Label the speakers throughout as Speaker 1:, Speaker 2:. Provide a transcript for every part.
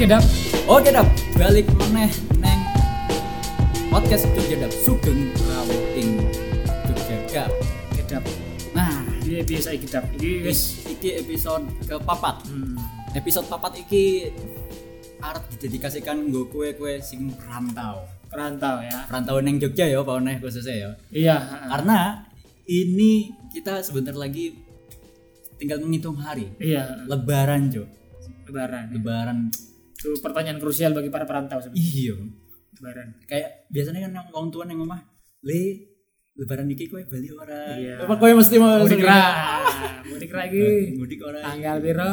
Speaker 1: Dap.
Speaker 2: Oke dap, balik meneh neng podcast Jogja dap sugeng rawuting Jogja dap.
Speaker 1: Oke, Dap.
Speaker 2: Nah,
Speaker 1: Ini biasa iki Dap. Iki wis
Speaker 2: wis iki episode kepapat.
Speaker 1: hmm,
Speaker 2: Episode papat iki arep didedikasikan nggo kue-kue sing rantau.
Speaker 1: perantau ya.
Speaker 2: Rantau neng Jogja ya Pak Oneh khususnya ya.
Speaker 1: Iya, ha-ha.
Speaker 2: Karena ini kita sebentar lagi tinggal menghitung hari.
Speaker 1: iya,
Speaker 2: Lebaran, Jo.
Speaker 1: lebaran.
Speaker 2: Hmm.
Speaker 1: ya.
Speaker 2: Lebaran.
Speaker 1: Itu pertanyaan krusial bagi para perantau sebenarnya.
Speaker 2: Iya.
Speaker 1: Lebaran.
Speaker 2: kayak biasanya kan yang wong tua yang omah le lebaran iki kowe bali ora
Speaker 1: Iya.
Speaker 2: apa kowe mesti Iya. mau
Speaker 1: Mudik
Speaker 2: langsung ya.
Speaker 1: ra. Mudik ra iki.
Speaker 2: mudik ora
Speaker 1: Tanggal piro?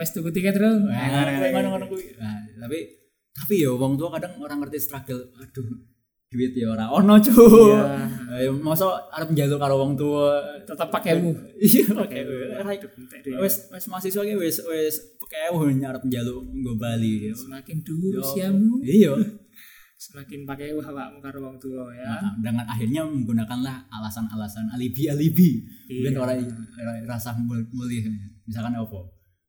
Speaker 1: Wes tuku tiket, Bro.
Speaker 2: Nah, kowe ngono-ngono kuwi Nah, tapi tapi ya wong tua kadang orang ngerti struggle aduh duit ya ora ono cu ya masa arep njaluk karo wong tua
Speaker 1: Tetap pakaimu.
Speaker 2: iya oke
Speaker 1: Pakai
Speaker 2: wes wes mahasiswa ki wes wes kayak arep njaluk nggo bali
Speaker 1: Semakin dhuwur usiamu,
Speaker 2: iya
Speaker 1: semakin pakai awakmu karo wong tua ya.
Speaker 2: Nah, dengan akhirnya menggunakanlah alasan-alasan alibi-alibi
Speaker 1: Iya.
Speaker 2: mungkin orang orang rasa mul- mulih misalkan apa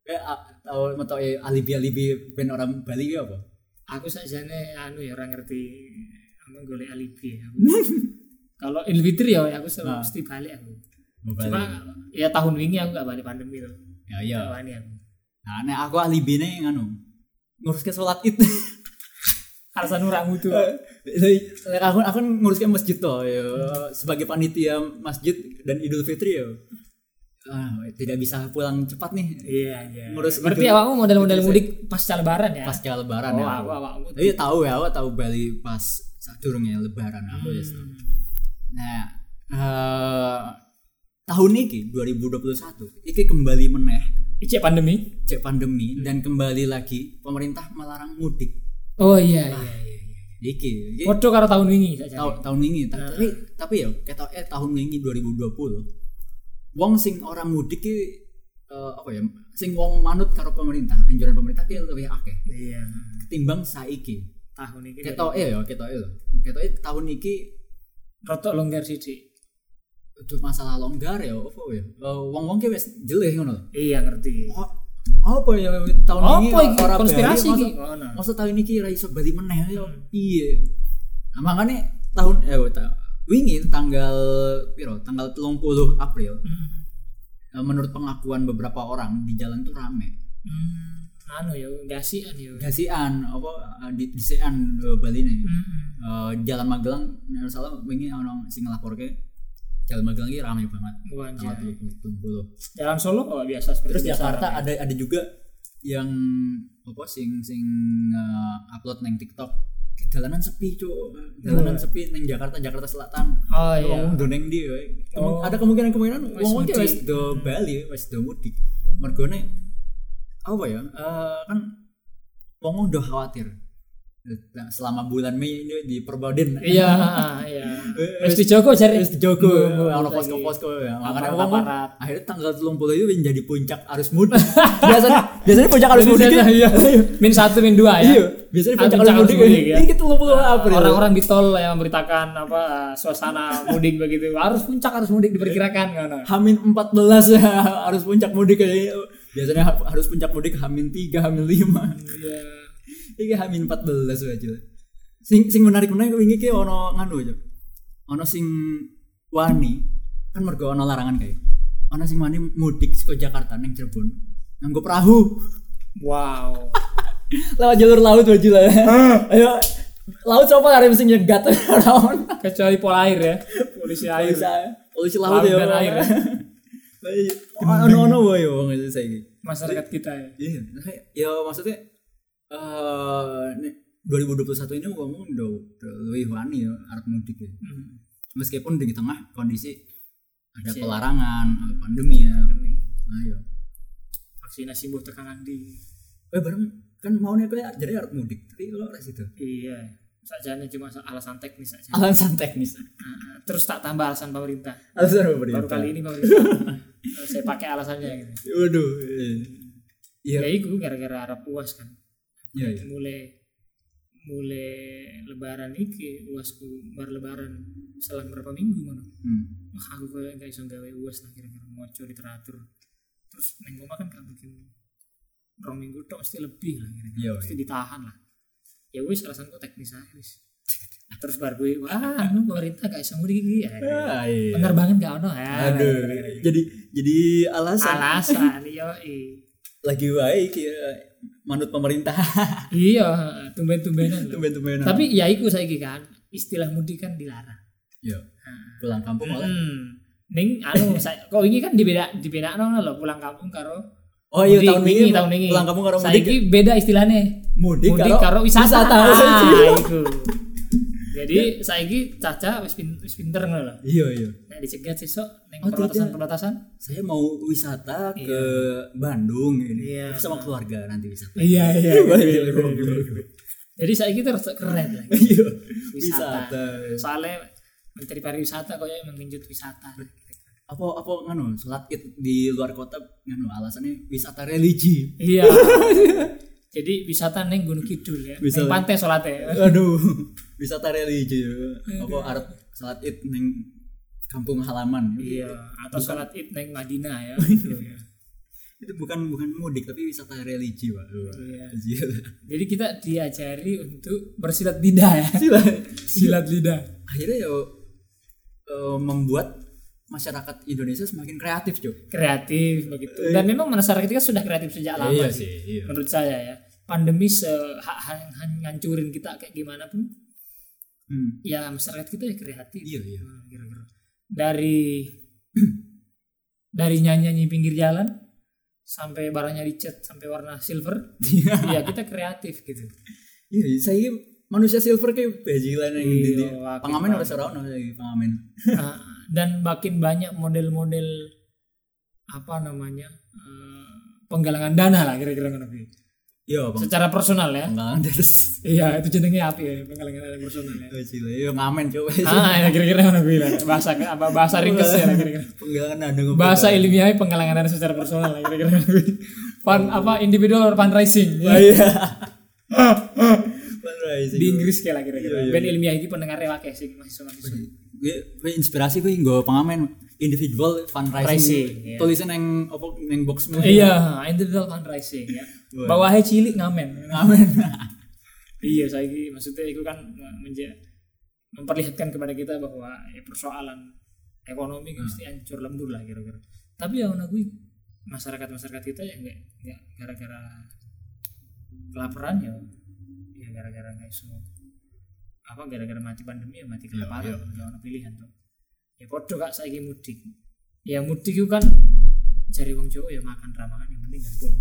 Speaker 2: Eh, kayak atau atau alibi-alibi ben orang Bali ya apa
Speaker 1: aku sajane anu ya orang ngerti aku golek alibi ya. Aku- kalau Idul Fitri ya aku
Speaker 2: Ah.
Speaker 1: selalu mesti balik aku
Speaker 2: Mau Bali.
Speaker 1: cuma ya tahun wingi aku gak balik pandemi loh
Speaker 2: ya iya
Speaker 1: Gak wani aku
Speaker 2: nah nek aku alibinya yang anu ngurus ke sholat id
Speaker 1: alasan orang itu
Speaker 2: Eh. Lek aku aku ngurus ke masjid toh ya sebagai panitia masjid dan Idul Fitri ya Ah, tidak bisa pulang cepat nih
Speaker 1: iya iya
Speaker 2: Ngurus gitu.
Speaker 1: berarti
Speaker 2: Idul-
Speaker 1: awakmu model-model
Speaker 2: Idul
Speaker 1: mudik pasca lebaran ya
Speaker 2: pasca lebaran
Speaker 1: oh
Speaker 2: ya
Speaker 1: aku awakmu
Speaker 2: Tapi tahu ya, awak tahu Bali pas saat durungnya lebaran aku
Speaker 1: Hmm.
Speaker 2: ya. Sam. Nah, eh, tahun ini 2021, iki kembali meneh
Speaker 1: ijek pandemi
Speaker 2: cek pandemi dan kembali lagi pemerintah melarang mudik.
Speaker 1: oh iya iya
Speaker 2: Iki, iki
Speaker 1: Waduh Nah, karo tahun wingi sajane.
Speaker 2: tahun tahun ini ta- tapi tapi ya ketok eh tahun ini 2020 wong sing ora mudik ki eh, apa ya sing wong manut karo pemerintah anjuran pemerintah ki lebih akeh
Speaker 1: iya
Speaker 2: ketimbang saiki
Speaker 1: tahun ini
Speaker 2: ketoke ya ketoke lho ketoke tahun iki
Speaker 1: rotok longgar siji
Speaker 2: Duh, masalah longgar ya apa ya Eh, wong-wong ki wis jeleh ngono
Speaker 1: iya ngerti
Speaker 2: Oh, apa ya tahun ini
Speaker 1: apa iki
Speaker 2: ora bali,
Speaker 1: konspirasi
Speaker 2: masa-
Speaker 1: iki ngono
Speaker 2: masa tahun ini ra iso bali meneh ya piye nah, makanya tahun eh ta, wingi tanggal piro tanggal 30 April
Speaker 1: Hmm.
Speaker 2: eh, menurut pengakuan beberapa orang di jalan tuh rame
Speaker 1: Hmm, anu ya gasian ya
Speaker 2: Hmm. gasian apa eh, di disian eh, Bali nih
Speaker 1: Hmm.
Speaker 2: Eh, jalan Magelang nek ora salah wingi ono sing ngelaporke jalan Magelang ki rame banget
Speaker 1: Wajar.
Speaker 2: tanggal 30
Speaker 1: Jalan Solo kalau biasa seperti
Speaker 2: terus
Speaker 1: biasa
Speaker 2: Jakarta
Speaker 1: ramai.
Speaker 2: ada ada juga yang apa sing sing uh, upload neng TikTok jalanan sepi cuk jalanan
Speaker 1: Oh.
Speaker 2: sepi neng Jakarta Jakarta Selatan
Speaker 1: Oh iya.
Speaker 2: ngomong do neng di woy. Kemu-
Speaker 1: Oh.
Speaker 2: ada kemungkinan kemungkinan
Speaker 1: Wes
Speaker 2: ngomong dia
Speaker 1: mudik. Hmm.
Speaker 2: wes do Bali wes do mudik mergone apa ya eh, kan ngomong do khawatir Nah, selama bulan Mei ini di Perbauden
Speaker 1: Iya, iya.
Speaker 2: Wes-
Speaker 1: Wes dijogo jare.
Speaker 2: Wes dijogo,
Speaker 1: Iya,
Speaker 2: ono
Speaker 1: lagi.
Speaker 2: posko-posko ya. Makanya
Speaker 1: Aparat,
Speaker 2: wong wong
Speaker 1: aparat.
Speaker 2: akhirnya tanggal 30 itu menjadi puncak arus mudik. biasanya biasanya puncak arus mudik. ya?
Speaker 1: Biasanya, iya. Min satu, min dua ya.
Speaker 2: Iya, biasanya puncak arus mudik.
Speaker 1: ya.
Speaker 2: Ini kita 30 April.
Speaker 1: Orang-orang di tol yang memberitakan apa eh, suasana mudik begitu. Harus puncak harus mudik diperkirakan ngono.
Speaker 2: Hamin 14 ya arus puncak mudik ya. Biasanya ha- harus puncak mudik hamin 3, hamin 5.
Speaker 1: Iya.
Speaker 2: Iki hamin 14 aja. Sing sing menarik-menarik wingi ki ono nganu aja. Ono sing wani kan mergo ono larangan kae. Ono sing wani mudik saka Jakarta ning Cirebon nganggo perahu.
Speaker 1: Wow.
Speaker 2: lewat jalur laut wajib lah ayo laut siapa hari mesti nyegat orang
Speaker 1: Kecuali pola air ya. Polisi air.
Speaker 2: polisi laut
Speaker 1: Laut
Speaker 2: ya
Speaker 1: dan air.
Speaker 2: ono ono wae wong itu saiki
Speaker 1: Masyarakat kita ya.
Speaker 2: iya ya maksudnya eh nih, 2021 ini ngomong udah udah lebih wani ya arep mudik ya
Speaker 1: Hmm.
Speaker 2: meskipun di tengah kondisi ada pelarangan pandemi ya ayo
Speaker 1: Vaksinasi mbuh tekanan di.
Speaker 2: eh bareng kan mau nih jadi arep mudik tapi lo res itu
Speaker 1: Iya. Sajane cuma alasan teknis saja.
Speaker 2: alasan teknis
Speaker 1: Nah, terus tak tambah alasan pemerintah
Speaker 2: alasan
Speaker 1: baru
Speaker 2: pemerintah
Speaker 1: kali ini pemerintah eh, saya pakai alasannya gitu
Speaker 2: waduh iya
Speaker 1: ya itu gara-gara Arab puas kan
Speaker 2: iya iya
Speaker 1: mulai mulai lebaran iki uasku bar lebaran selang berapa minggu mana
Speaker 2: Hmm.
Speaker 1: wah aku kayak nggak iso gawe uas lah kira-kira moco literatur terus neng omah kan gak mungkin rong minggu tok mesti lebih lah kira-kira.
Speaker 2: Iya,
Speaker 1: mesti
Speaker 2: iya.
Speaker 1: ditahan lah ya wis alasanku teknis aja wis terus bar gue wah anu pemerintah gak bisa mudik iki ya penerbangan gak ono ya
Speaker 2: Ah, Iya. Aduh. Jadi jadi alasan
Speaker 1: alasan iya i.
Speaker 2: lagi baik ya manut pemerintah.
Speaker 1: iya tumben-tumbenan lho.
Speaker 2: Tumben-tumbenan.
Speaker 1: tapi ya iku saiki kan istilah mudik kan dilarang
Speaker 2: Iya. pulang kampung oleh.
Speaker 1: Hmm. Ning anu saya kok ini kan dibeda dibedakan lho pulang kampung karo
Speaker 2: Oh iya
Speaker 1: mudik
Speaker 2: tahun ini
Speaker 1: tahun ini.
Speaker 2: pulang kampung karo mudik.
Speaker 1: Saiki beda istilahnya.
Speaker 2: Mudik
Speaker 1: Mudik
Speaker 2: karo
Speaker 1: karo wisata.
Speaker 2: wisata. Iya.
Speaker 1: Ah, iku. Jadi saiki Caca wis pin, wis pinter ngono lho.
Speaker 2: Iya iya.
Speaker 1: Nek dicegat sesuk ning
Speaker 2: Oh, tidak.
Speaker 1: pelatasan-pelatasan.
Speaker 2: Saya mau wisata ke Bandung ini
Speaker 1: Iya.
Speaker 2: Tapi sama keluarga nanti wisata.
Speaker 1: Iya iya.
Speaker 2: Iya, iya, iya.
Speaker 1: Jadi saiki terus keren lah.
Speaker 2: Iya.
Speaker 1: Wisata.
Speaker 2: Wisata.
Speaker 1: Soalnya menteri pariwisata kok ya menginjut wisata.
Speaker 2: Apa apa nganu sholat id di luar kota nganu alasannya wisata religi.
Speaker 1: Iya. Jadi wisata neng Gunung Kidul ya. Ning
Speaker 2: Wisata.
Speaker 1: pantai salate.
Speaker 2: Aduh, wisata religi. Apa arep salat id ning kampung halaman.
Speaker 1: Iya, atau sholat id neng Madinah ya.
Speaker 2: Itu bukan bukan mudik tapi wisata religi, Pak.
Speaker 1: Iya.
Speaker 2: Iya.
Speaker 1: Jadi kita diajari untuk bersilat lidah ya. Silat lidah.
Speaker 2: Akhirnya ya eh, membuat masyarakat Indonesia semakin kreatif, Cuk.
Speaker 1: Kreatif begitu. Dan memang masyarakat kita sudah kreatif sejak lama
Speaker 2: Iya
Speaker 1: Iya. sih.
Speaker 2: sih, iya.
Speaker 1: Menurut saya ya. Pandemi se ha- ha- ha- ngancurin kita kayak gimana pun
Speaker 2: Hmm.
Speaker 1: ya masyarakat kita ya kreatif.
Speaker 2: Iya, iya.
Speaker 1: Nah, kira-kira. Dari dari nyanyi-nyanyi pinggir jalan sampai barangnya dicat sampai warna silver. Iya, kita kreatif gitu.
Speaker 2: Iya, saya manusia silver kayak bajilan yang
Speaker 1: Iya,
Speaker 2: di di-
Speaker 1: wakil
Speaker 2: pengamen ora ora ono saya pengamen.
Speaker 1: Nah, dan makin banyak model-model apa namanya eh, penggalangan dana lah kira-kira ngono kuwi.
Speaker 2: Yo, bang.
Speaker 1: secara personal ya
Speaker 2: Pengamen terus.
Speaker 1: iya itu jenengnya api ya penggalangan dana personal ya
Speaker 2: Bajila, yo ngamen coba.
Speaker 1: ah ya kira-kira ngono kuwi lah bahasa apa bahasa ringkes ya lah kira-kira
Speaker 2: Penggalangan ada ngobrol.
Speaker 1: bahasa ilmiahnya penggalangan dana secara personal lah kira-kira ngono kuwi. Fun- apa individual fundraising ya.
Speaker 2: Oh, iya. Fundraising.
Speaker 1: di Inggris kayak lah kira-kira
Speaker 2: Iya, iya,
Speaker 1: ben ilmiah iki pendengarnya wae sing mahasiswa-mahasiswa
Speaker 2: gue gue inspirasi gue nggo pengamen individual
Speaker 1: Fundraising,
Speaker 2: fundraising
Speaker 1: iya.
Speaker 2: tulisan yang apa yang boxmu
Speaker 1: iya individual fundraising ya
Speaker 2: Wah.
Speaker 1: bawahnya cilik ngamen
Speaker 2: ngamen
Speaker 1: Iya, saya maksudnya itu kan menja- memperlihatkan kepada kita bahwa ya, persoalan ekonomi
Speaker 2: Hmm.
Speaker 1: kan mesti hancur lembur lah kira-kira. Tapi yang aku masyarakat masyarakat kita ya nggak nggak gara-gara kelaparan ya, ya gara-gara nggak iso apa gara-gara mati pandemi ya mati
Speaker 2: iya,
Speaker 1: kelaparan nggak ada pilihan tuh. Ya podo kak saya mudik. Ya mudik itu kan cari wong Jawa ya makan ramangan yang penting kan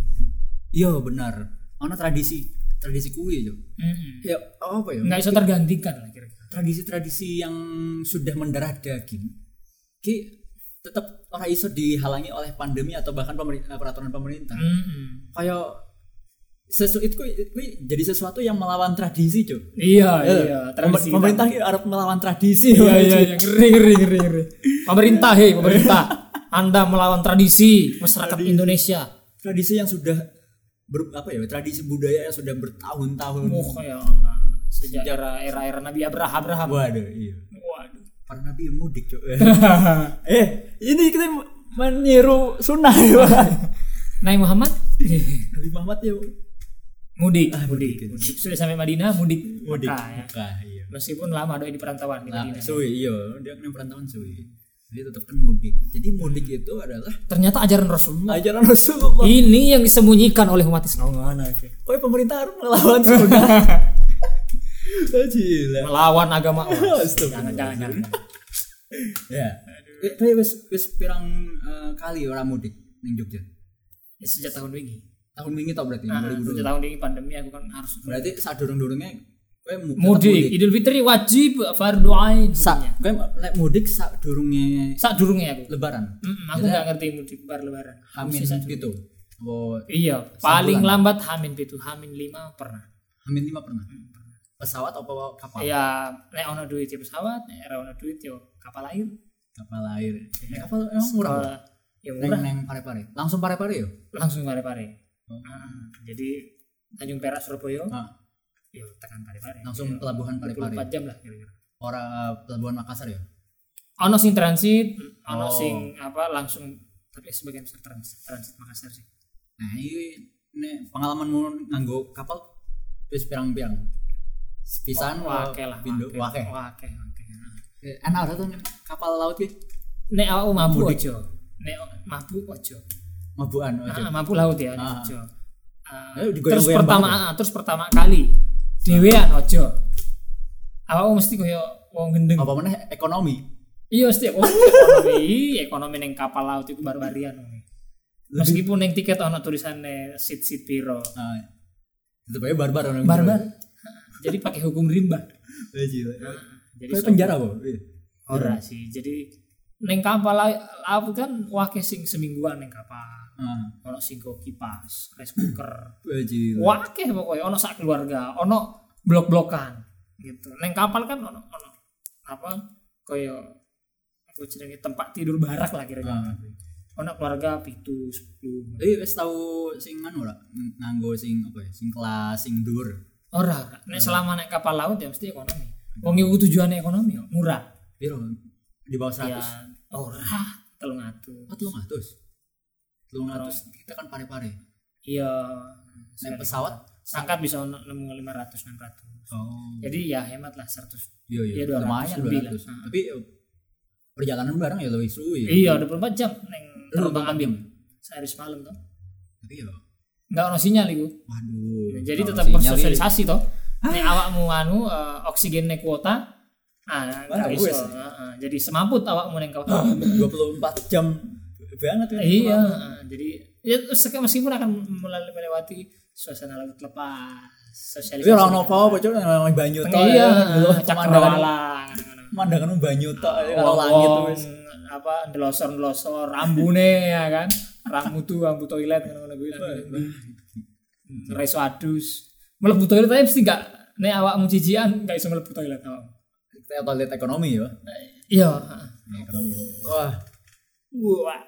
Speaker 2: iya benar ono tradisi tradisi kue yo ya
Speaker 1: Heeh.
Speaker 2: apa ya
Speaker 1: Nggak bisa tergantikan lah kira-kira.
Speaker 2: tradisi-tradisi yang sudah mendarah daging ki tetap orang iso dihalangi oleh pandemi atau bahkan pemerintah, peraturan pemerintah
Speaker 1: Heeh.
Speaker 2: kayak sesu itu kui jadi sesuatu yang melawan tradisi cuy
Speaker 1: Iya, iya,
Speaker 2: Pemer-
Speaker 1: tradisi
Speaker 2: Eh, pemerintah ki harus melawan tradisi
Speaker 1: kita. Iya, iya, iya, ngeri, ngeri, ngeri, ngeri. Pemerintah, hei, pemerintah. Anda melawan tradisi masyarakat Indonesia.
Speaker 2: tradisi yang sudah ber, apa ya tradisi budaya yang sudah bertahun-tahun
Speaker 1: Oh, ya Allah. Sejak era era-era Nabi Abraham, Abraham.
Speaker 2: waduh iya
Speaker 1: Waduh.
Speaker 2: para nabi yang mudik cok eh ini kita meniru sunnah ya Pak.
Speaker 1: Nabi Muhammad
Speaker 2: nabi Muhammad ya
Speaker 1: mudik,
Speaker 2: Ah,
Speaker 1: mudik,
Speaker 2: mudik.
Speaker 1: mudik. Sudah sampai Madinah, mudik.
Speaker 2: mudik
Speaker 1: Mekah, ya.
Speaker 2: Mekah, iya
Speaker 1: Meskipun lama doi di perantauan di
Speaker 2: nah,
Speaker 1: Madinah.
Speaker 2: suwi iya dia kan yang perantauan suwi dia tetap kan mudik jadi mudik itu adalah
Speaker 1: Ternyata ajaran Rasulullah.
Speaker 2: ajaran Rasulullah
Speaker 1: Ini yang disembunyikan oleh umat Islam.
Speaker 2: Oh, Pokoknya pemerintah harus melawan sunnah Oh, gila
Speaker 1: Melawan agama Allah.
Speaker 2: Astagfirullah.
Speaker 1: Jangan, jangan, jangan.
Speaker 2: ya eh tapi wis wis pirang eh, kali orang mudik ning Jogja
Speaker 1: Ya, Sejak tahun ini.
Speaker 2: tahun wingi tau berarti
Speaker 1: Nah,
Speaker 2: 2020.
Speaker 1: sejak tahun ini pandemi aku kan harus
Speaker 2: berarti saat dorong dorongnya kue mu-
Speaker 1: mudik Idul Fitri wajib fardu ain
Speaker 2: tetap sa Iya.
Speaker 1: hukumnya.
Speaker 2: kue lek mudik saat dorongnya
Speaker 1: sak durunge aku
Speaker 2: lebaran
Speaker 1: Mm, aku nggak ngerti mudik bar lebaran
Speaker 2: hamin
Speaker 1: Mesti sak durunge.
Speaker 2: itu oh
Speaker 1: iya paling lambat hamin pitu hamin lima pernah
Speaker 2: hamin lima pernah
Speaker 1: Hmm,
Speaker 2: pesawat apa kapal
Speaker 1: ya nek ono duit ya pesawat nek ora ono duit ya kapal air
Speaker 2: kapal air Nah, kapal emang murah
Speaker 1: Eh, ya
Speaker 2: neng
Speaker 1: murah
Speaker 2: neng pare pare langsung ya? pare pare yo
Speaker 1: langsung pare-pare
Speaker 2: Iya. Oh.
Speaker 1: Ah, jadi Tanjung Perak Surabaya
Speaker 2: Ah,
Speaker 1: ya tekan pare-pare
Speaker 2: langsung pelabuhan pare pare
Speaker 1: 24 jam lah kira-kira
Speaker 2: ora pelabuhan Makassar ya
Speaker 1: ono sing transit
Speaker 2: Oh.
Speaker 1: ono sing apa langsung tapi sebagian besar transit transit Makassar sih
Speaker 2: nah ini nek pengalamanmu nganggo kapal wis pirang-pirang pisan
Speaker 1: Wah, wake lah
Speaker 2: pindho
Speaker 1: wake
Speaker 2: wake
Speaker 1: wake wake
Speaker 2: Eh, anak ora tuh nek kapal laut ki
Speaker 1: nek awakmu mabuk
Speaker 2: Mudik.
Speaker 1: ojo nek mabuk ojo
Speaker 2: mabukan ojo
Speaker 1: Ah, mabuk laut ya
Speaker 2: Ah.
Speaker 1: ojo Ah,
Speaker 2: Ayo, digoyang-goyang
Speaker 1: terus pertama
Speaker 2: banget Ah.
Speaker 1: ah, terus pertama kali dhewean ojo awakmu mesti koyo wong gendeng
Speaker 2: apa meneh ekonomi
Speaker 1: iya mesti wong ekonomi Iya, ekonomi ning kapal laut itu barbarian wong. meskipun ning tiket ono tulisannya sit sit piro
Speaker 2: nah tetep aja barbar orang gitu.
Speaker 1: barbar jadi pakai hukum rimba
Speaker 2: Eh, gila.
Speaker 1: jadi
Speaker 2: Kayak
Speaker 1: so-
Speaker 2: penjara kok iya.
Speaker 1: ora sih jadi neng kapal la- laut kan wake sing semingguan neng kapal
Speaker 2: ah
Speaker 1: ono sing go kipas rice cooker
Speaker 2: eh, gila.
Speaker 1: wake pokoknya ono sak keluarga ono blok-blokan gitu neng kapal kan ono ono apa koyo aku jenenge tempat tidur barak lah kira-kira
Speaker 2: Ah.
Speaker 1: ono keluarga pitu sepuluh
Speaker 2: Eh, wis tau sing anu ora? Ng- Nganggo sing apa ya? Sing kelas, sing dur.
Speaker 1: ora ora.
Speaker 2: Hmm.
Speaker 1: nek selama naik kapal laut ya mesti ekonomi wong iku tujuane ekonomi kok. murah
Speaker 2: Piro? Di bawah 100.
Speaker 1: ya ora telung atuh
Speaker 2: Oh, 300. 300 kita kan pare-pare.
Speaker 1: iya
Speaker 2: Naik pesawat.
Speaker 1: sangkat bisa ono- nemu 500 600
Speaker 2: Oh.
Speaker 1: jadi ya hemat lah 100
Speaker 2: Iya, iya.
Speaker 1: iya, 200
Speaker 2: Lumayan
Speaker 1: lebih
Speaker 2: 200.
Speaker 1: lah.
Speaker 2: Tapi eh, perjalanan bareng ya lebih suwi.
Speaker 1: iya 24 jam neng
Speaker 2: Lu
Speaker 1: terbang ambil
Speaker 2: jam.
Speaker 1: sehari semalam tuh
Speaker 2: Tapi ya
Speaker 1: nggak ono sinyal iku
Speaker 2: waduh.
Speaker 1: Iya, jadi
Speaker 2: kalau
Speaker 1: tetap
Speaker 2: sinyal ya-
Speaker 1: bersosialisasi toh nek awakmu anu eh, oksigennya kuota ah
Speaker 2: Wah,
Speaker 1: nggak iso
Speaker 2: wes.
Speaker 1: Ah, ah. jadi semamput awakmu neng kapal
Speaker 2: Ah. 24 jam banget kan.
Speaker 1: iya ah, jadi ya sek- meskipun akan mel- melewati suasana laut lepas sosialisasi
Speaker 2: Tapi ora Ya, ono apa-apa, cuma nang banyu ya.
Speaker 1: Tengah-
Speaker 2: tok.
Speaker 1: iya
Speaker 2: Delok
Speaker 1: cak
Speaker 2: pemandangan.
Speaker 1: rawalan, ngono.
Speaker 2: Pemandangan banyu tok ya, kalau
Speaker 1: Wong-
Speaker 2: langit wis.
Speaker 1: apa ndelosor ndelosor rambune ya kan rambu tuh rambu toilet ngono kuwi reso adus mlebu toilet aja mesti gak nek awakmu jijian gak iso mlebu toilet awakmu
Speaker 2: Kita lihat ekonomi ya.
Speaker 1: iya
Speaker 2: Nah, Wah,
Speaker 1: wah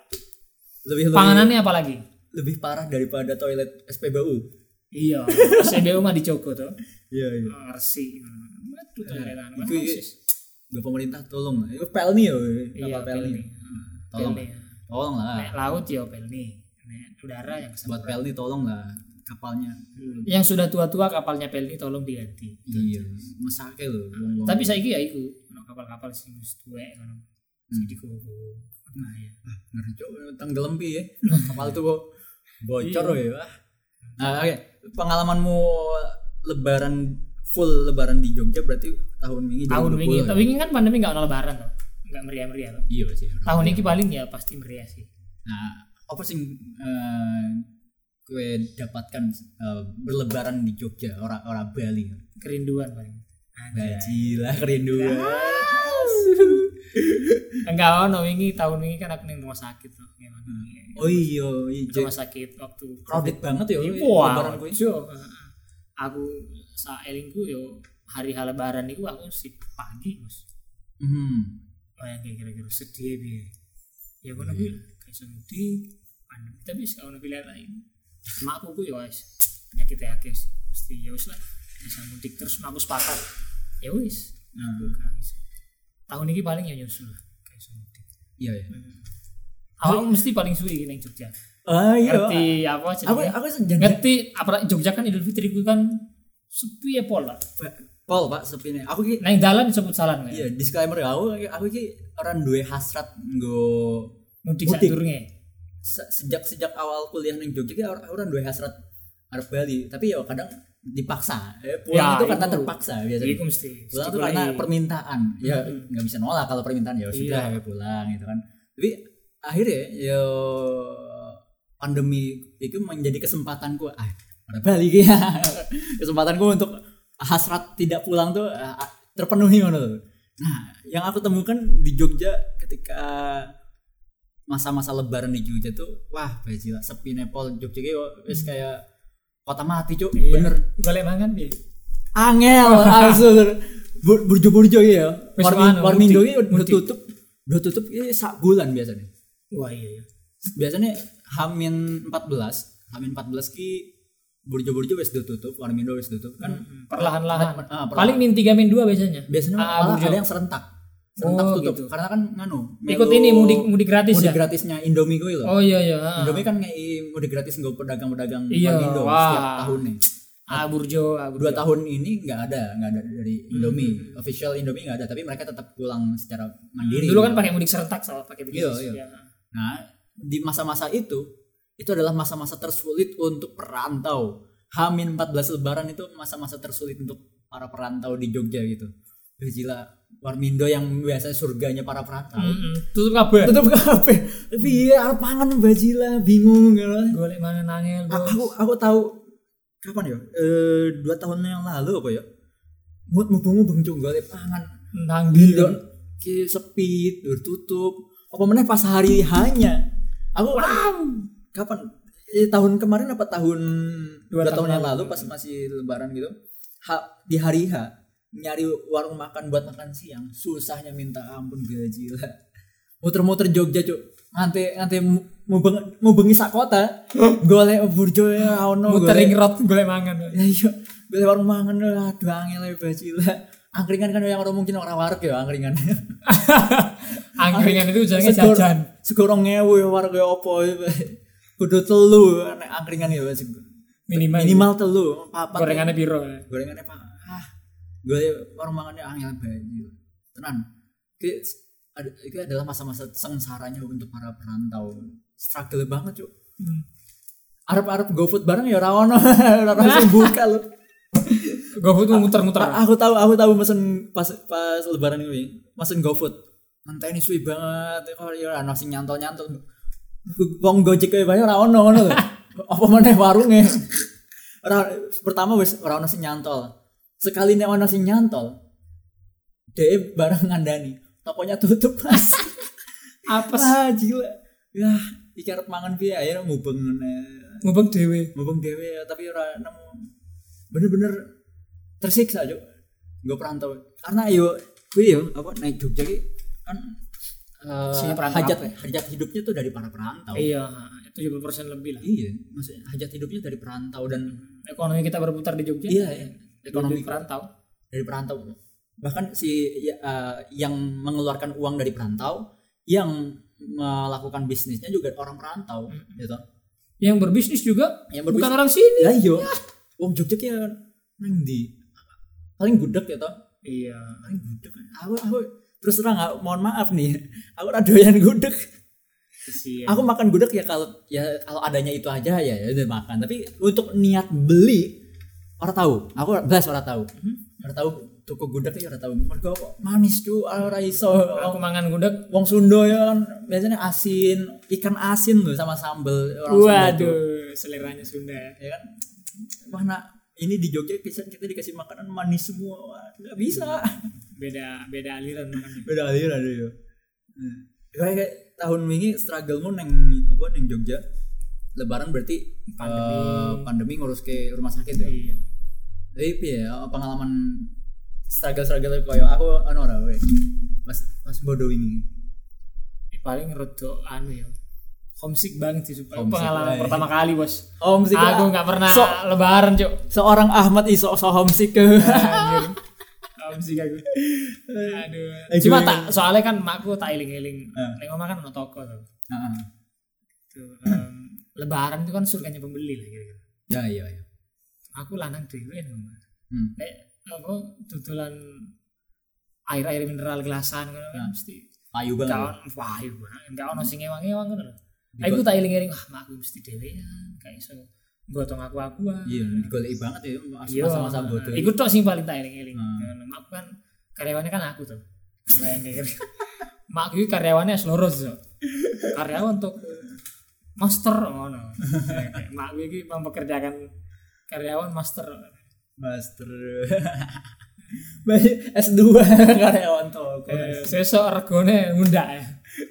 Speaker 2: lebih lebih
Speaker 1: panganannya apa lagi
Speaker 2: lebih parah daripada toilet SPBU.
Speaker 1: iya CBU mah dicogo tuh
Speaker 2: Iya, iya.
Speaker 1: ngersi anu, Waduh, toiletan.
Speaker 2: Itu iya.
Speaker 1: Wah,
Speaker 2: Gak pemerintah tolong. Itu pelni ya,
Speaker 1: iya
Speaker 2: kapal pelni. Hmm,
Speaker 1: pelni
Speaker 2: Tolong,
Speaker 1: pelni
Speaker 2: tolong lah.
Speaker 1: nek laut ya pelni nek udara yang kesempatan
Speaker 2: Buat pelni tolong lah kapalnya.
Speaker 1: yang sudah tua-tua kapalnya pelni tolong diganti
Speaker 2: Iya, mesake loh. wong-wong.
Speaker 1: tapi saiki ya iku ono kapal-kapal sing wis tuwek ngono sing
Speaker 2: Hmm.
Speaker 1: Nah, iya. digowo bahaya
Speaker 2: Ngeri, Cuk. tenggelam pi ya. Kapal tuh kok bocor ya. Wah. Nah, oke. Pengalamanmu lebaran full lebaran di Jogja berarti tahun ini 2020
Speaker 1: tahun wingi
Speaker 2: ya?
Speaker 1: tahun wingi kan pandemi gak ono lebaran to gak meriah-meriah to
Speaker 2: Iya sih.
Speaker 1: tahun ini paling ya pasti meriah sih
Speaker 2: Nah, apa sih eh kue dapatkan eh, berlebaran di Jogja orang orang Bali?
Speaker 1: kerinduan paling
Speaker 2: Bajilah kerinduan. Ah.
Speaker 1: enggak ono wingi tahun wingi kan aku ning rumah sakit tuh
Speaker 2: Oh iya, iya.
Speaker 1: rumah sakit waktu Iya,
Speaker 2: crowded banget ya
Speaker 1: wah
Speaker 2: lebaran kue.
Speaker 1: ojo. aku saat elingku yo hari hal lebaran itu aku sih pagi mas
Speaker 2: Hmm.
Speaker 1: kayak kira-kira sedih biye.
Speaker 2: Iya.
Speaker 1: Ya ngono kuwi lah, gak iso mudik, pandemi tapi wis gak ono pilihan lain. Makku kuwi ya wis penyakit ya guys, mesti ya wis lah. gak Iso mudik terus makku sepakat. Ya wis,
Speaker 2: Hmm.
Speaker 1: aku gak iso. Tahun ini paling ya nyusul lah, gak iso mudik.
Speaker 2: Iya ya.
Speaker 1: Awakmu mesti paling suwi ning Jogja.
Speaker 2: Ah iya.
Speaker 1: Ngerti apa
Speaker 2: Aku
Speaker 1: jenenge?
Speaker 2: aku senjata.
Speaker 1: Ngerti apa Jogja kan Idul Fitri kuwi kan sepi ya pola.
Speaker 2: Pol pak sepi nih. Aku ki
Speaker 1: Nang dalan disebut salan kan.
Speaker 2: iya disclaimer ya, aku aku ki orang dua hasrat nggo
Speaker 1: Mudik sak
Speaker 2: Mudik.
Speaker 1: durunge.
Speaker 2: se- sejak sejak awal kuliah neng Jogja ki orang orang dua hasrat Arab Bali tapi ya kadang dipaksa eh, pulang
Speaker 1: Ya,
Speaker 2: itu karena
Speaker 1: itu.
Speaker 2: terpaksa biasanya
Speaker 1: Iku mesti.
Speaker 2: pulang
Speaker 1: mesti
Speaker 2: itu karena
Speaker 1: boleh.
Speaker 2: permintaan ya nggak bisa nolak kalau permintaan ya sudah ya pulang gitu kan tapi akhirnya ya pandemi itu menjadi kesempatanku ah pada balik ya kesempatanku untuk hasrat tidak pulang tuh ah, ah, terpenuhi ngono tuh. nah yang aku temukan di Jogja ketika masa-masa lebaran di Jogja tuh wah bajila sepi nepol Jogja kayak wis kayak kota mati cuk bener
Speaker 1: Boleh mangan piye?
Speaker 2: angel langsung burjo burjo ya
Speaker 1: Wis anu,
Speaker 2: warming
Speaker 1: mana,
Speaker 2: warming
Speaker 1: mudik,
Speaker 2: doi udah
Speaker 1: mudik.
Speaker 2: tutup udah tutup ini sak bulan biasanya
Speaker 1: Wah iya iya.
Speaker 2: biasanya hamin 14 hamin 14 ki burjo burjo wes udah tutup warming doi
Speaker 1: Hmm.
Speaker 2: wes tutup kan
Speaker 1: perlahan-lahan.
Speaker 2: Ah, perlahan.
Speaker 1: Paling min 3 min 2 biasanya.
Speaker 2: biasanya
Speaker 1: Ah,
Speaker 2: malah
Speaker 1: burjo.
Speaker 2: ada yang serentak serentak
Speaker 1: Oh,
Speaker 2: tutup
Speaker 1: gitu.
Speaker 2: karena kan nganu
Speaker 1: Ikut
Speaker 2: melu-
Speaker 1: ini mudik mudik gratis
Speaker 2: mudik
Speaker 1: ya.
Speaker 2: gratisnya Indomie gue loh
Speaker 1: Oh iya iya. ah.
Speaker 2: Indomie kan ngei mudik gratis nggak pedagang-pedagang
Speaker 1: Iya,
Speaker 2: Indo
Speaker 1: wah.
Speaker 2: setiap tahun nih
Speaker 1: Ah, Burjo, ah, Burjo.
Speaker 2: dua tahun ini nggak ada nggak ada dari
Speaker 1: Hmm.
Speaker 2: Indomie official Indomie nggak ada tapi mereka tetap pulang secara mandiri
Speaker 1: Dulu kan pakai mudik serentak salah pakai bikin
Speaker 2: Iya,
Speaker 1: susu,
Speaker 2: iya.
Speaker 1: ya.
Speaker 2: Nah, di masa-masa itu, itu adalah masa-masa tersulit untuk perantau. Hamin 14 lebaran itu masa-masa tersulit untuk para perantau di Jogja gitu. Wih, gila, Warmindo yang biasanya surganya para perantau.
Speaker 1: Mm-mm. Tutup kabel.
Speaker 2: Tetap kafe. Tapi iya, arep pangan bajila, bingung gitu.
Speaker 1: Golek mana nangel,
Speaker 2: A-
Speaker 1: Bos.
Speaker 2: Aku aku tahu kapan ya? Eh, dua tahun yang lalu apa ya? Buat mubung-mubung golek pangan.
Speaker 1: Nanggil.
Speaker 2: Bindo ki sepi, dur tutup. Apa meneh pas hari hanya. Aku kan kapan eh, tahun kemarin apa tahun dua,
Speaker 1: Dua tahun
Speaker 2: tahun yang
Speaker 1: lalu.
Speaker 2: lalu pas masih lebaran gitu ha, di hari H nyari warung makan buat makan siang susahnya minta ampun gaji lah muter-muter Jogja cuk nanti nanti mau mau sak kota golek burjo ya ono golek-
Speaker 1: Muter ring road golek mangan.
Speaker 2: Ya iya, gue warung mangan lah, aduh angin lah bacila. Angkringan kan yang orang mungkin orang warung ya angkringan.
Speaker 1: Angkringan itu jangan
Speaker 2: Segor-
Speaker 1: jajan.
Speaker 2: Segorong ngewe warung gue opo. ya, Kudu telu nek angkringan ya wes.
Speaker 1: Minimal.
Speaker 2: Minimal telu, papat.
Speaker 1: Gorengannya piro.
Speaker 2: Gorengannya apa? Ah, gue warung mangannya angin bacila. Tenan. Ki- ad- Itu adalah masa-masa sengsaranya untuk para perantau. Struggle banget cuy.
Speaker 1: Hmm.
Speaker 2: Arab-Arab GoFood bareng ya ora ono, ora langsung buka loh.
Speaker 1: GoFood mau muter-muter.
Speaker 2: A- aku tahu aku tahu mesen pas pas lebaran ini mesen GoFood nanti ini suwi banget oh ya ana sing nyantol nyantol wong gojek kayak banyak ora ono ngono lho apa meneh warunge ora pertama wis ora ono sing nyantol sekali nek ono sing nyantol dhewe barang ngandani tokonya tutup mas
Speaker 1: Apes.
Speaker 2: ah gila ya iki arep mangan piye akhirnya mubeng meneh
Speaker 1: Ngubeng dewe.
Speaker 2: ngobong dewe ya, tapi ora nemu bener-bener tersiksa cuk nggak perantau karena yo kuwi yo apa naik Jogja ki kan eh,
Speaker 1: Sini perantau
Speaker 2: hajat
Speaker 1: apa ya?
Speaker 2: hajat hidupnya tuh dari para perantau
Speaker 1: Iya, 70% lebih lah.
Speaker 2: iya maksudnya hajat hidupnya dari perantau dan
Speaker 1: Ekonomi kita berputar di Jogja.
Speaker 2: iya, iya ekonomi
Speaker 1: Ekonomi perantau.
Speaker 2: dari perantau bahkan si ya, eh, yang mengeluarkan uang dari perantau yang melakukan bisnisnya juga orang perantau
Speaker 1: Hmm.
Speaker 2: gitu
Speaker 1: Yang berbisnis juga
Speaker 2: yang
Speaker 1: bukan orang sini.
Speaker 2: lah yo wong Jogja ki nang ndi paling gudeg ya toh
Speaker 1: Iya.
Speaker 2: paling gudeg aku aku terus terang aku mohon maaf nih aku ora doyan gudeg
Speaker 1: Kesian.
Speaker 2: aku makan gudeg ya kalau ya kalau adanya itu aja ya ya udah makan tapi untuk niat beli orang tahu aku belas orang tahu orang tahu toko gudeg ya orang tahu mergo manis cu ora iso
Speaker 1: Aku mangan gudeg.
Speaker 2: wong Sunda ya kan biasanya asin ikan asin loh sama sambel orang Sunda tuh.
Speaker 1: Waduh, seleranya Sunda. ya.
Speaker 2: ya kan mana ini di Jogja bisa kita dikasih makanan manis semua Wah, nggak bisa
Speaker 1: Beda beda aliran iya. Hmm. makan.
Speaker 2: udah alir ada ya kayak kayak tahun ini strugglemu neng apa neng Jogja Lebaran berarti pandemi, pandemi ngurus ke rumah sakit ya
Speaker 1: Iya.
Speaker 2: tapi piye ya pengalaman struggle struggle koyo aku anu ora we pas pas bodoh ini
Speaker 1: Eh, paling rodo anu ya. Homesick banget sih supaya
Speaker 2: Homesick,
Speaker 1: pengalaman
Speaker 2: ay.
Speaker 1: pertama kali, Bos.
Speaker 2: Om sih
Speaker 1: Aku nggak pernah
Speaker 2: So-
Speaker 1: lebaran, Cuk.
Speaker 2: seorang Ahmad iso so homesick
Speaker 1: Anjir. Homesick aku. Aduh.
Speaker 2: Eh,
Speaker 1: Cuma
Speaker 2: gue-
Speaker 1: tak soalnya kan makku tak eling-eling.
Speaker 2: Eh.
Speaker 1: Ning omah kan ono toko tuh.
Speaker 2: Heeh.
Speaker 1: Tuh, em, lebaran itu kan surganya pembeli lah kira-kira.
Speaker 2: ya iya iya
Speaker 1: Aku lanang dhewe nang omah.
Speaker 2: hmm.
Speaker 1: Nek apa dudulan air-air mineral gelasan ngono
Speaker 2: Hmm.
Speaker 1: kan mesti
Speaker 2: payu banget
Speaker 1: kawan wah iya enggak ono sing ewang-ewang ngono lho. Aku tak eling-eling wah mak aku mesti dhewean, gak iso gotong aku akuan.
Speaker 2: iya digoleki banget ya mas-
Speaker 1: Iya.
Speaker 2: masa-masa bodoh
Speaker 1: Iku tok sing paling tak eling-eling.
Speaker 2: Hmm.
Speaker 1: Mak aku kan karyawannya kan aku tuh. Bayang kayak gitu. Mak aku karyawannya seluruh tuh. Karyawan untuk master ngono. Kayak Mak aku iki mempekerjakan karyawan master.
Speaker 2: Master. Banyak S2 karyawan toko.
Speaker 1: Eh, Sesuk regone ngundak ya.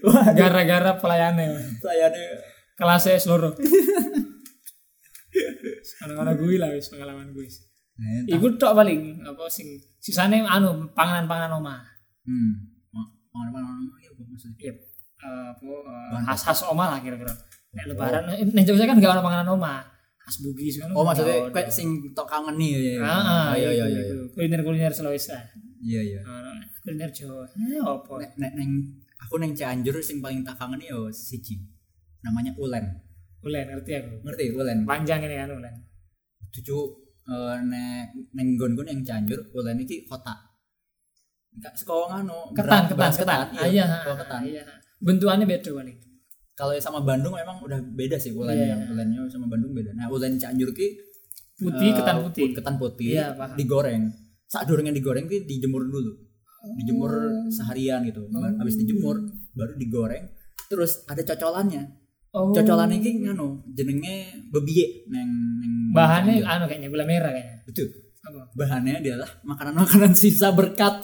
Speaker 2: Wah,
Speaker 1: Gara-gara pelayannya
Speaker 2: saya nih
Speaker 1: kelasnya seluruh. Ngono-ngono gue lah wis pengalaman gue. Iku tok paling apa sing sisane anu panganan-panganan omah.
Speaker 2: Hmm. Pengalaman orang ya apa maksudnya?
Speaker 1: Iya, apa eh,
Speaker 2: Bahan
Speaker 1: khas-khas oma lah kira-kira. Nek
Speaker 2: Oh.
Speaker 1: lebaran eh, nek Jogja kan gak ada panganan oma. Khas Bugis kan.
Speaker 2: Oh maksudnya
Speaker 1: gak ada.
Speaker 2: kayak sing tok kangen nih ya.
Speaker 1: Ah, ah,
Speaker 2: iya iya
Speaker 1: iku,
Speaker 2: iya.
Speaker 1: iku. Kuliner-kuliner Sulawesi.
Speaker 2: iya iya
Speaker 1: Ono kuliner Jawa. Eh opo?
Speaker 2: nek nek neng aku neng Cianjur sing paling tak kangen yo siji namanya ulen
Speaker 1: Ulen ngerti aku.
Speaker 2: ngerti ulen
Speaker 1: Panjang ini kan ulen.
Speaker 2: tujuh eh, nek neng gon gon yang Cianjur ulen iki kotak enggak sekolah ngano beras-
Speaker 1: Ketan, ketan,
Speaker 2: beras
Speaker 1: ketan.
Speaker 2: ketan
Speaker 1: Ah, Iya,
Speaker 2: sekolah ketan
Speaker 1: iya. Bentukannya beda paling.
Speaker 2: kalau yang sama Bandung memang udah beda sih ulennya
Speaker 1: Iya.
Speaker 2: ulennya sama Bandung beda nah ulen Cianjur ki eh,
Speaker 1: Putih, ketan putih.
Speaker 2: ketan putih
Speaker 1: Iya, paham.
Speaker 2: digoreng saat dorongnya digoreng ki dijemur dulu dijemur
Speaker 1: Oh.
Speaker 2: seharian gitu habis dijemur baru digoreng terus ada cocolannya
Speaker 1: Oh.
Speaker 2: cocolan ini ngano jenenge bebiye neng neng
Speaker 1: Bahannya
Speaker 2: Cianjur.
Speaker 1: anu kayaknya gula merah kayaknya.
Speaker 2: betul
Speaker 1: Apa?
Speaker 2: bahannya adalah makanan makanan sisa berkat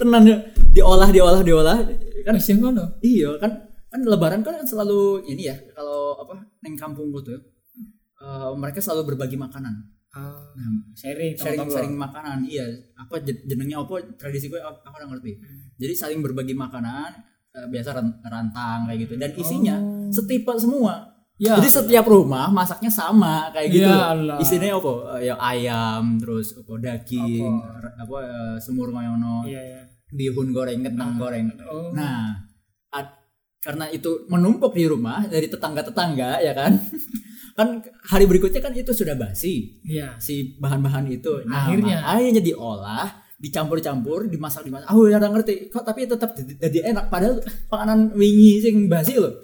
Speaker 2: tenan ya diolah diolah diolah
Speaker 1: Kan
Speaker 2: kan
Speaker 1: sing ngono.
Speaker 2: iya kan kan lebaran kan selalu ini ya kalau apa neng kampung gitu ya eh, mereka selalu berbagi makanan
Speaker 1: Ah,
Speaker 2: nah,
Speaker 1: sharing,
Speaker 2: sharing
Speaker 1: tongkol.
Speaker 2: sharing makanan iya apa jen- jenengnya apa tradisi gue aku nggak ngerti
Speaker 1: Hmm.
Speaker 2: jadi saling berbagi makanan eh, biasa ren- rantang kayak gitu dan isinya
Speaker 1: Oh.
Speaker 2: setipe semua
Speaker 1: Ya.
Speaker 2: jadi setiap rumah masaknya sama kayak gitu
Speaker 1: Ya Allah.
Speaker 2: isinya apa Eh, ya ayam terus apa daging
Speaker 1: Apa?
Speaker 2: re- apa eh, semur mayono
Speaker 1: Iya, iya.
Speaker 2: bihun goreng kentang goreng
Speaker 1: Oh.
Speaker 2: nah ad- karena itu menumpuk di rumah dari tetangga-tetangga ya kan kan hari berikutnya kan itu sudah basi
Speaker 1: Iya.
Speaker 2: si bahan-bahan itu nah,
Speaker 1: Akhirnya.
Speaker 2: mak- akhirnya diolah dicampur-campur dimasak dimasak aku jarang ngerti kok tapi tetap jadi, jadi enak padahal panganan wingi sing basi loh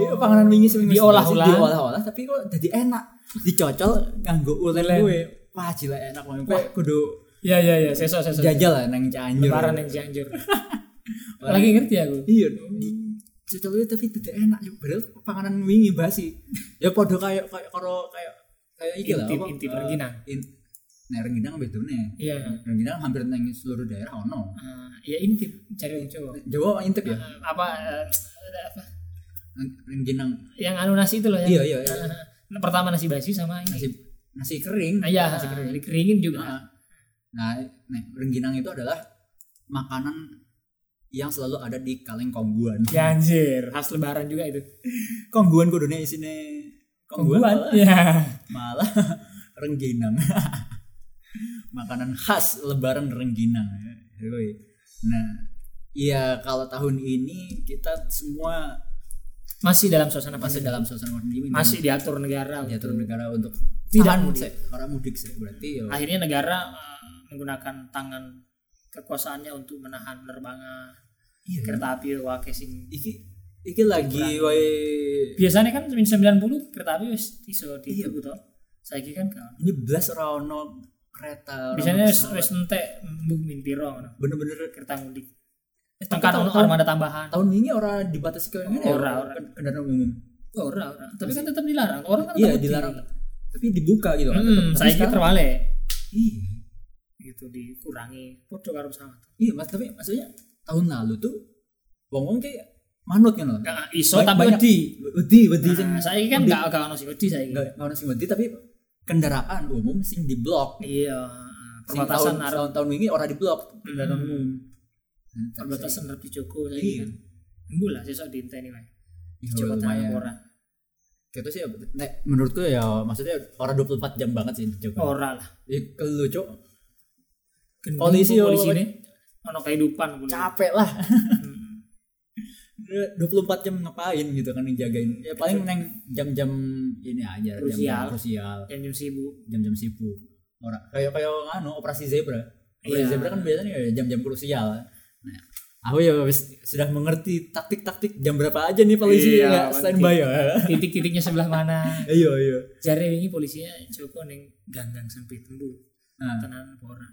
Speaker 2: Iya, panganan wingi sing basi,
Speaker 1: Oh. Diolah-olah.
Speaker 2: diolah-olah tapi kok jadi enak dicocol nganggo ulen
Speaker 1: Ulen.
Speaker 2: gue wah gila enak banget Gue kudu
Speaker 1: Iya, iya, iya. Sesok, sesok.
Speaker 2: jajal lah nang Cianjur
Speaker 1: Lebaran yang Cianjur. Lagi ngerti aku.
Speaker 2: iya dicocol tapi tidak enak Yuk, padahal panganan wingi basi ya podo kayak kayak karo kayak kayak iki lah
Speaker 1: Intip-
Speaker 2: apa,
Speaker 1: intip
Speaker 2: eh,
Speaker 1: rengginang.
Speaker 2: in- nah rengginang bedone
Speaker 1: Iya.
Speaker 2: Rengginang hampir nang seluruh daerah ono.
Speaker 1: Ah, ya intip cari wong Jawa.
Speaker 2: Jawa intip ya.
Speaker 1: Ah, apa eh, ada apa?
Speaker 2: Rengginang
Speaker 1: Yang anu nasi itu loh yang
Speaker 2: Iya, iya, iya.
Speaker 1: Ah, ah. pertama nasi basi sama ini.
Speaker 2: nasi nasi kering.
Speaker 1: Ah, iya,
Speaker 2: nasi kering.
Speaker 1: ah, dikeringin juga.
Speaker 2: Nah, nah, nah, rengginang itu adalah makanan yang selalu ada di kaleng kongguan.
Speaker 1: Ya anjir, khas lebaran juga itu.
Speaker 2: Kongguan kudune isine kongguan.
Speaker 1: Kongguan.
Speaker 2: malah-
Speaker 1: Ya.
Speaker 2: Malah, rengginang. makanan khas lebaran rengginang. Yoi. Nah, iya kalau tahun ini kita semua
Speaker 1: Masih dalam suasana
Speaker 2: masih
Speaker 1: pandemi.
Speaker 2: dalam suasana pandemi. dan-
Speaker 1: Masih diatur Iya, negara.
Speaker 2: diatur
Speaker 1: untuk-
Speaker 2: negara untuk
Speaker 1: Tidak
Speaker 2: Tahan,
Speaker 1: mudik.
Speaker 2: Sek. orang Iya. mudik sih berarti ya
Speaker 1: Akhirnya negara eh, menggunakan tangan kekuasaannya untuk menahan penerbangan
Speaker 2: iya
Speaker 1: kereta api wake sing
Speaker 2: iki iki lagi wae
Speaker 1: biasanya kan 990 kereta api wis iso dituku toh saiki kan kan
Speaker 2: ini belas rono kereta rono
Speaker 1: biasanya wis
Speaker 2: pesawat.
Speaker 1: wis entek mungkin piro ngono
Speaker 2: bener-bener
Speaker 1: kereta mudik
Speaker 2: eh, tapi
Speaker 1: tekan
Speaker 2: tahun,
Speaker 1: ono
Speaker 2: tahun,
Speaker 1: armada tambahan
Speaker 2: tahun ini orang dibatasi ke ini ya, orang-
Speaker 1: Ora, ora.
Speaker 2: kendaraan umum
Speaker 1: ora ora tapi kan tetap dilarang orang kan
Speaker 2: iya
Speaker 1: tetap
Speaker 2: dilarang
Speaker 1: di-
Speaker 2: tapi dibuka gitu kan tetap.
Speaker 1: hmm,
Speaker 2: Tapi
Speaker 1: saiki
Speaker 2: sekarang-
Speaker 1: terbalik
Speaker 2: iya
Speaker 1: gitu dikurangi podo karo pesawat
Speaker 2: iya mas tapi maksudnya tahun lalu tuh wong-wong kayak manut kan loh
Speaker 1: Nah, iso
Speaker 2: Banyak-
Speaker 1: tambah
Speaker 2: banyak.
Speaker 1: wedi
Speaker 2: wedi wedi sing
Speaker 1: nah, saiki kan
Speaker 2: wedi.
Speaker 1: gak gak ono sing wedi saiki
Speaker 2: nggak nggak ono sing wedi tapi kendaraan umum sing diblok
Speaker 1: iya
Speaker 2: Sing tahun,
Speaker 1: perbatasan arep
Speaker 2: tahun tahun ini orang di blok Hmm.
Speaker 1: Hmm.
Speaker 2: perbatasan
Speaker 1: perbatasan arep dijogo saiki
Speaker 2: iya Oh,
Speaker 1: kan embu lah sesuk diinteni wae
Speaker 2: coba
Speaker 1: Jawa Tengah ora
Speaker 2: itu sih nek menurutku ya maksudnya orang 24 jam banget sih dijaga
Speaker 1: ora lah
Speaker 2: ya kalau cok
Speaker 1: Gendeng
Speaker 2: Polisi
Speaker 1: kok
Speaker 2: yo-
Speaker 1: polisi ini ono kehidupan polisi.
Speaker 2: capek lah
Speaker 1: Hmm.
Speaker 2: 24 jam ngapain gitu kan dijagain ya paling neng jam-jam ini aja
Speaker 1: Krusial.
Speaker 2: jam-jam krusial
Speaker 1: yang jam sibuk
Speaker 2: jam-jam sibuk orang kayak kayak anu operasi zebra operasi
Speaker 1: Iya.
Speaker 2: zebra kan biasanya ya jam-jam krusial nah, aku ya wis- sudah mengerti taktik-taktik jam berapa aja nih polisi
Speaker 1: Iya,
Speaker 2: ya standby ya
Speaker 1: titik-titiknya sebelah mana
Speaker 2: iya iya
Speaker 1: jare wingi polisinya Joko ning ganggang sempit embu
Speaker 2: nah
Speaker 1: tenan ora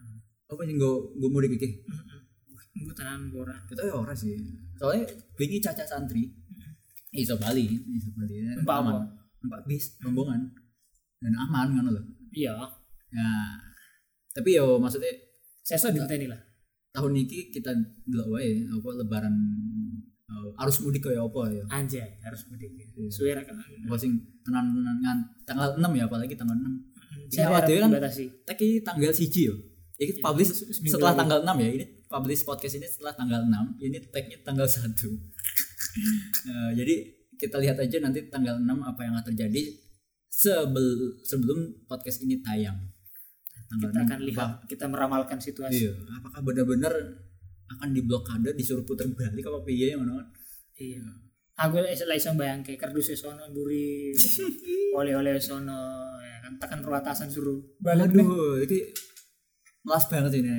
Speaker 2: apa yang gue gue mudik iki
Speaker 1: embu tenan ora
Speaker 2: kita ya orang sih soalnya wingi caca santri iso Bali iso Bali
Speaker 1: Numpak apa?
Speaker 2: empat bis rombongan dan aman kan loh
Speaker 1: iya
Speaker 2: ya tapi yo maksudnya
Speaker 1: sesuk diinteni lah
Speaker 2: tahun ini kita delok wae apa lebaran eh, arus mudik kayak apa ya
Speaker 1: anjay harus mudik ya
Speaker 2: Iya.
Speaker 1: suwe ra kan
Speaker 2: apa sing tenan tenan ngan- tanggal 6 ya apalagi tanggal 6
Speaker 1: Jare
Speaker 2: awak
Speaker 1: arep
Speaker 2: dhewe kan-
Speaker 1: dibatasi
Speaker 2: tapi tanggal siji yo ini publish
Speaker 1: Iya, seminggu
Speaker 2: setelah
Speaker 1: lagi.
Speaker 2: tanggal 6 ya ini publish podcast ini setelah tanggal 6 ini tagnya tanggal 1 Eh, jadi kita lihat aja nanti tanggal 6 apa yang akan terjadi sebel- sebelum podcast ini tayang
Speaker 1: kita akan lihat kita meramalkan situasi
Speaker 2: Hmm. iya apakah benar-benar akan diblokade disuruh puter balik apa piye ngono kan?
Speaker 1: iya aku lah iso bayangke kardus sono duri oleh-oleh sono ya kan tekan perwatasan suruh balik deh.
Speaker 2: Waduh, iki melas banget ini.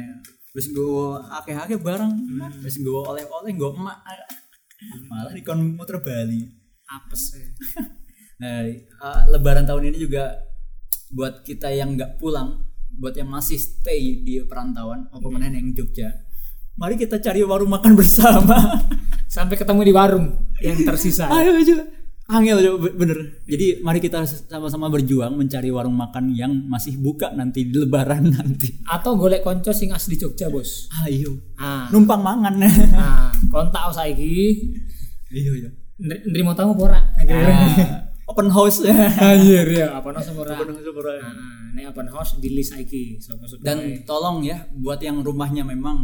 Speaker 2: Wis nggowo akeh-akeh barang, wis nggowo oleh-oleh, nggowo emak. Malah dikon muter Bali.
Speaker 1: apes ya.
Speaker 2: Nah, eh, lebaran tahun ini juga buat kita yang nggak pulang, buat yang masih stay di perantauan, apa meneh yang Jogja. Mari kita cari warung makan bersama.
Speaker 1: sampai ketemu di warung yang tersisa
Speaker 2: Ayo aja. Angel coba be- bener. Jadi mari kita sama-sama berjuang mencari warung makan yang masih buka nanti di lebaran nanti.
Speaker 1: atau golek konco sing asli Jogja bos
Speaker 2: Ayo.
Speaker 1: ah
Speaker 2: Numpang mangan.
Speaker 1: nah, kontak aku saiki
Speaker 2: Iya iya.
Speaker 1: Nri- nrimo tamu apa ora
Speaker 2: Ah, open house
Speaker 1: anjir ya apa no semua ora?
Speaker 2: Open house, open house.
Speaker 1: Ah, ini open house di list saiki sapa-sapa
Speaker 2: Dan
Speaker 1: wae.
Speaker 2: tolong ya buat yang rumahnya memang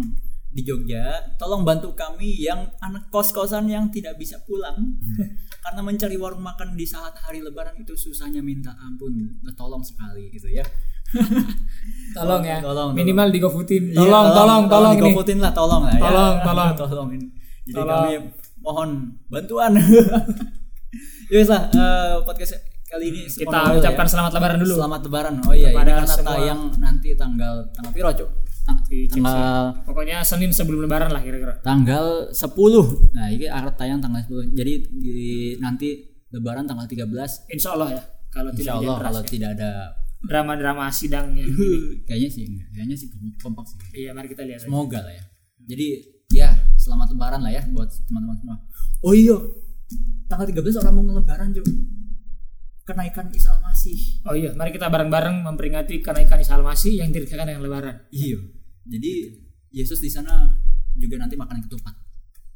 Speaker 2: di Jogja, tolong bantu kami yang anak kos-kosan yang tidak bisa pulang karena mencari warung makan di saat hari lebaran itu susahnya minta ampun. Nah, tolong sekali gitu ya.
Speaker 1: tolong ya
Speaker 2: Tolong, tolong.
Speaker 1: minimal di GoFoodin
Speaker 2: Iya,
Speaker 1: tolong tolong tolong nih
Speaker 2: dikopotin lah tolong lah ya.
Speaker 1: Tolong, tolong.
Speaker 2: tolongin jadi
Speaker 1: Tolong.
Speaker 2: kami mohon bantuan ya wes lah eh, podcast kali ini
Speaker 1: kita ucapkan selamat lebaran dulu
Speaker 2: selamat lebaran oh iya
Speaker 1: Kepada
Speaker 2: ini karena
Speaker 1: semua.
Speaker 2: tayang nanti tanggal tanggal piro Cuk? Ta-
Speaker 1: Di cek
Speaker 2: tanggal
Speaker 1: pokoknya Senin sebelum lebaran lah kira-kira
Speaker 2: tanggal 10 nah ini akhir tayang tanggal 10 jadi di, nanti lebaran tanggal 13
Speaker 1: Insya Allah ya kalau tidak
Speaker 2: Insya Allah
Speaker 1: hujan deras
Speaker 2: kalau
Speaker 1: ya.
Speaker 2: tidak ada
Speaker 1: drama-drama sidangnya
Speaker 2: kayaknya sih enggak. kayaknya sih kompak sih
Speaker 1: iya mari kita lihat aja.
Speaker 2: Semoga lah ya. Jadi ya selamat lebaran lah ya buat teman-teman semua. Oh iya, tanggal 13 orang mau ngelebaran juga. Kenaikan Isa Masih.
Speaker 1: oh iya mari kita bareng-bareng memperingati kenaikan Isa Al-Masih yang dirayakan dengan lebaran
Speaker 2: Iya. Jadi Yesus di sana juga nanti makan ketupat.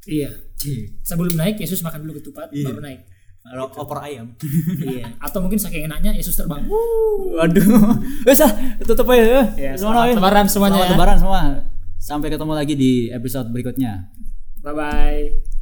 Speaker 1: iya
Speaker 2: Cih.
Speaker 1: sebelum naik Yesus makan dulu ketupat
Speaker 2: Iya.
Speaker 1: baru naik
Speaker 2: Ro- Opor ayam.
Speaker 1: iya atau mungkin saking enaknya Yesus terbang
Speaker 2: Waduh. Wes ah, tutup aja.
Speaker 1: Ya,
Speaker 2: Semoga
Speaker 1: selamat lebaran semuanya
Speaker 2: Selamat
Speaker 1: ya.
Speaker 2: lebaran semua. Sampai ketemu lagi di episode berikutnya.
Speaker 1: bye-bye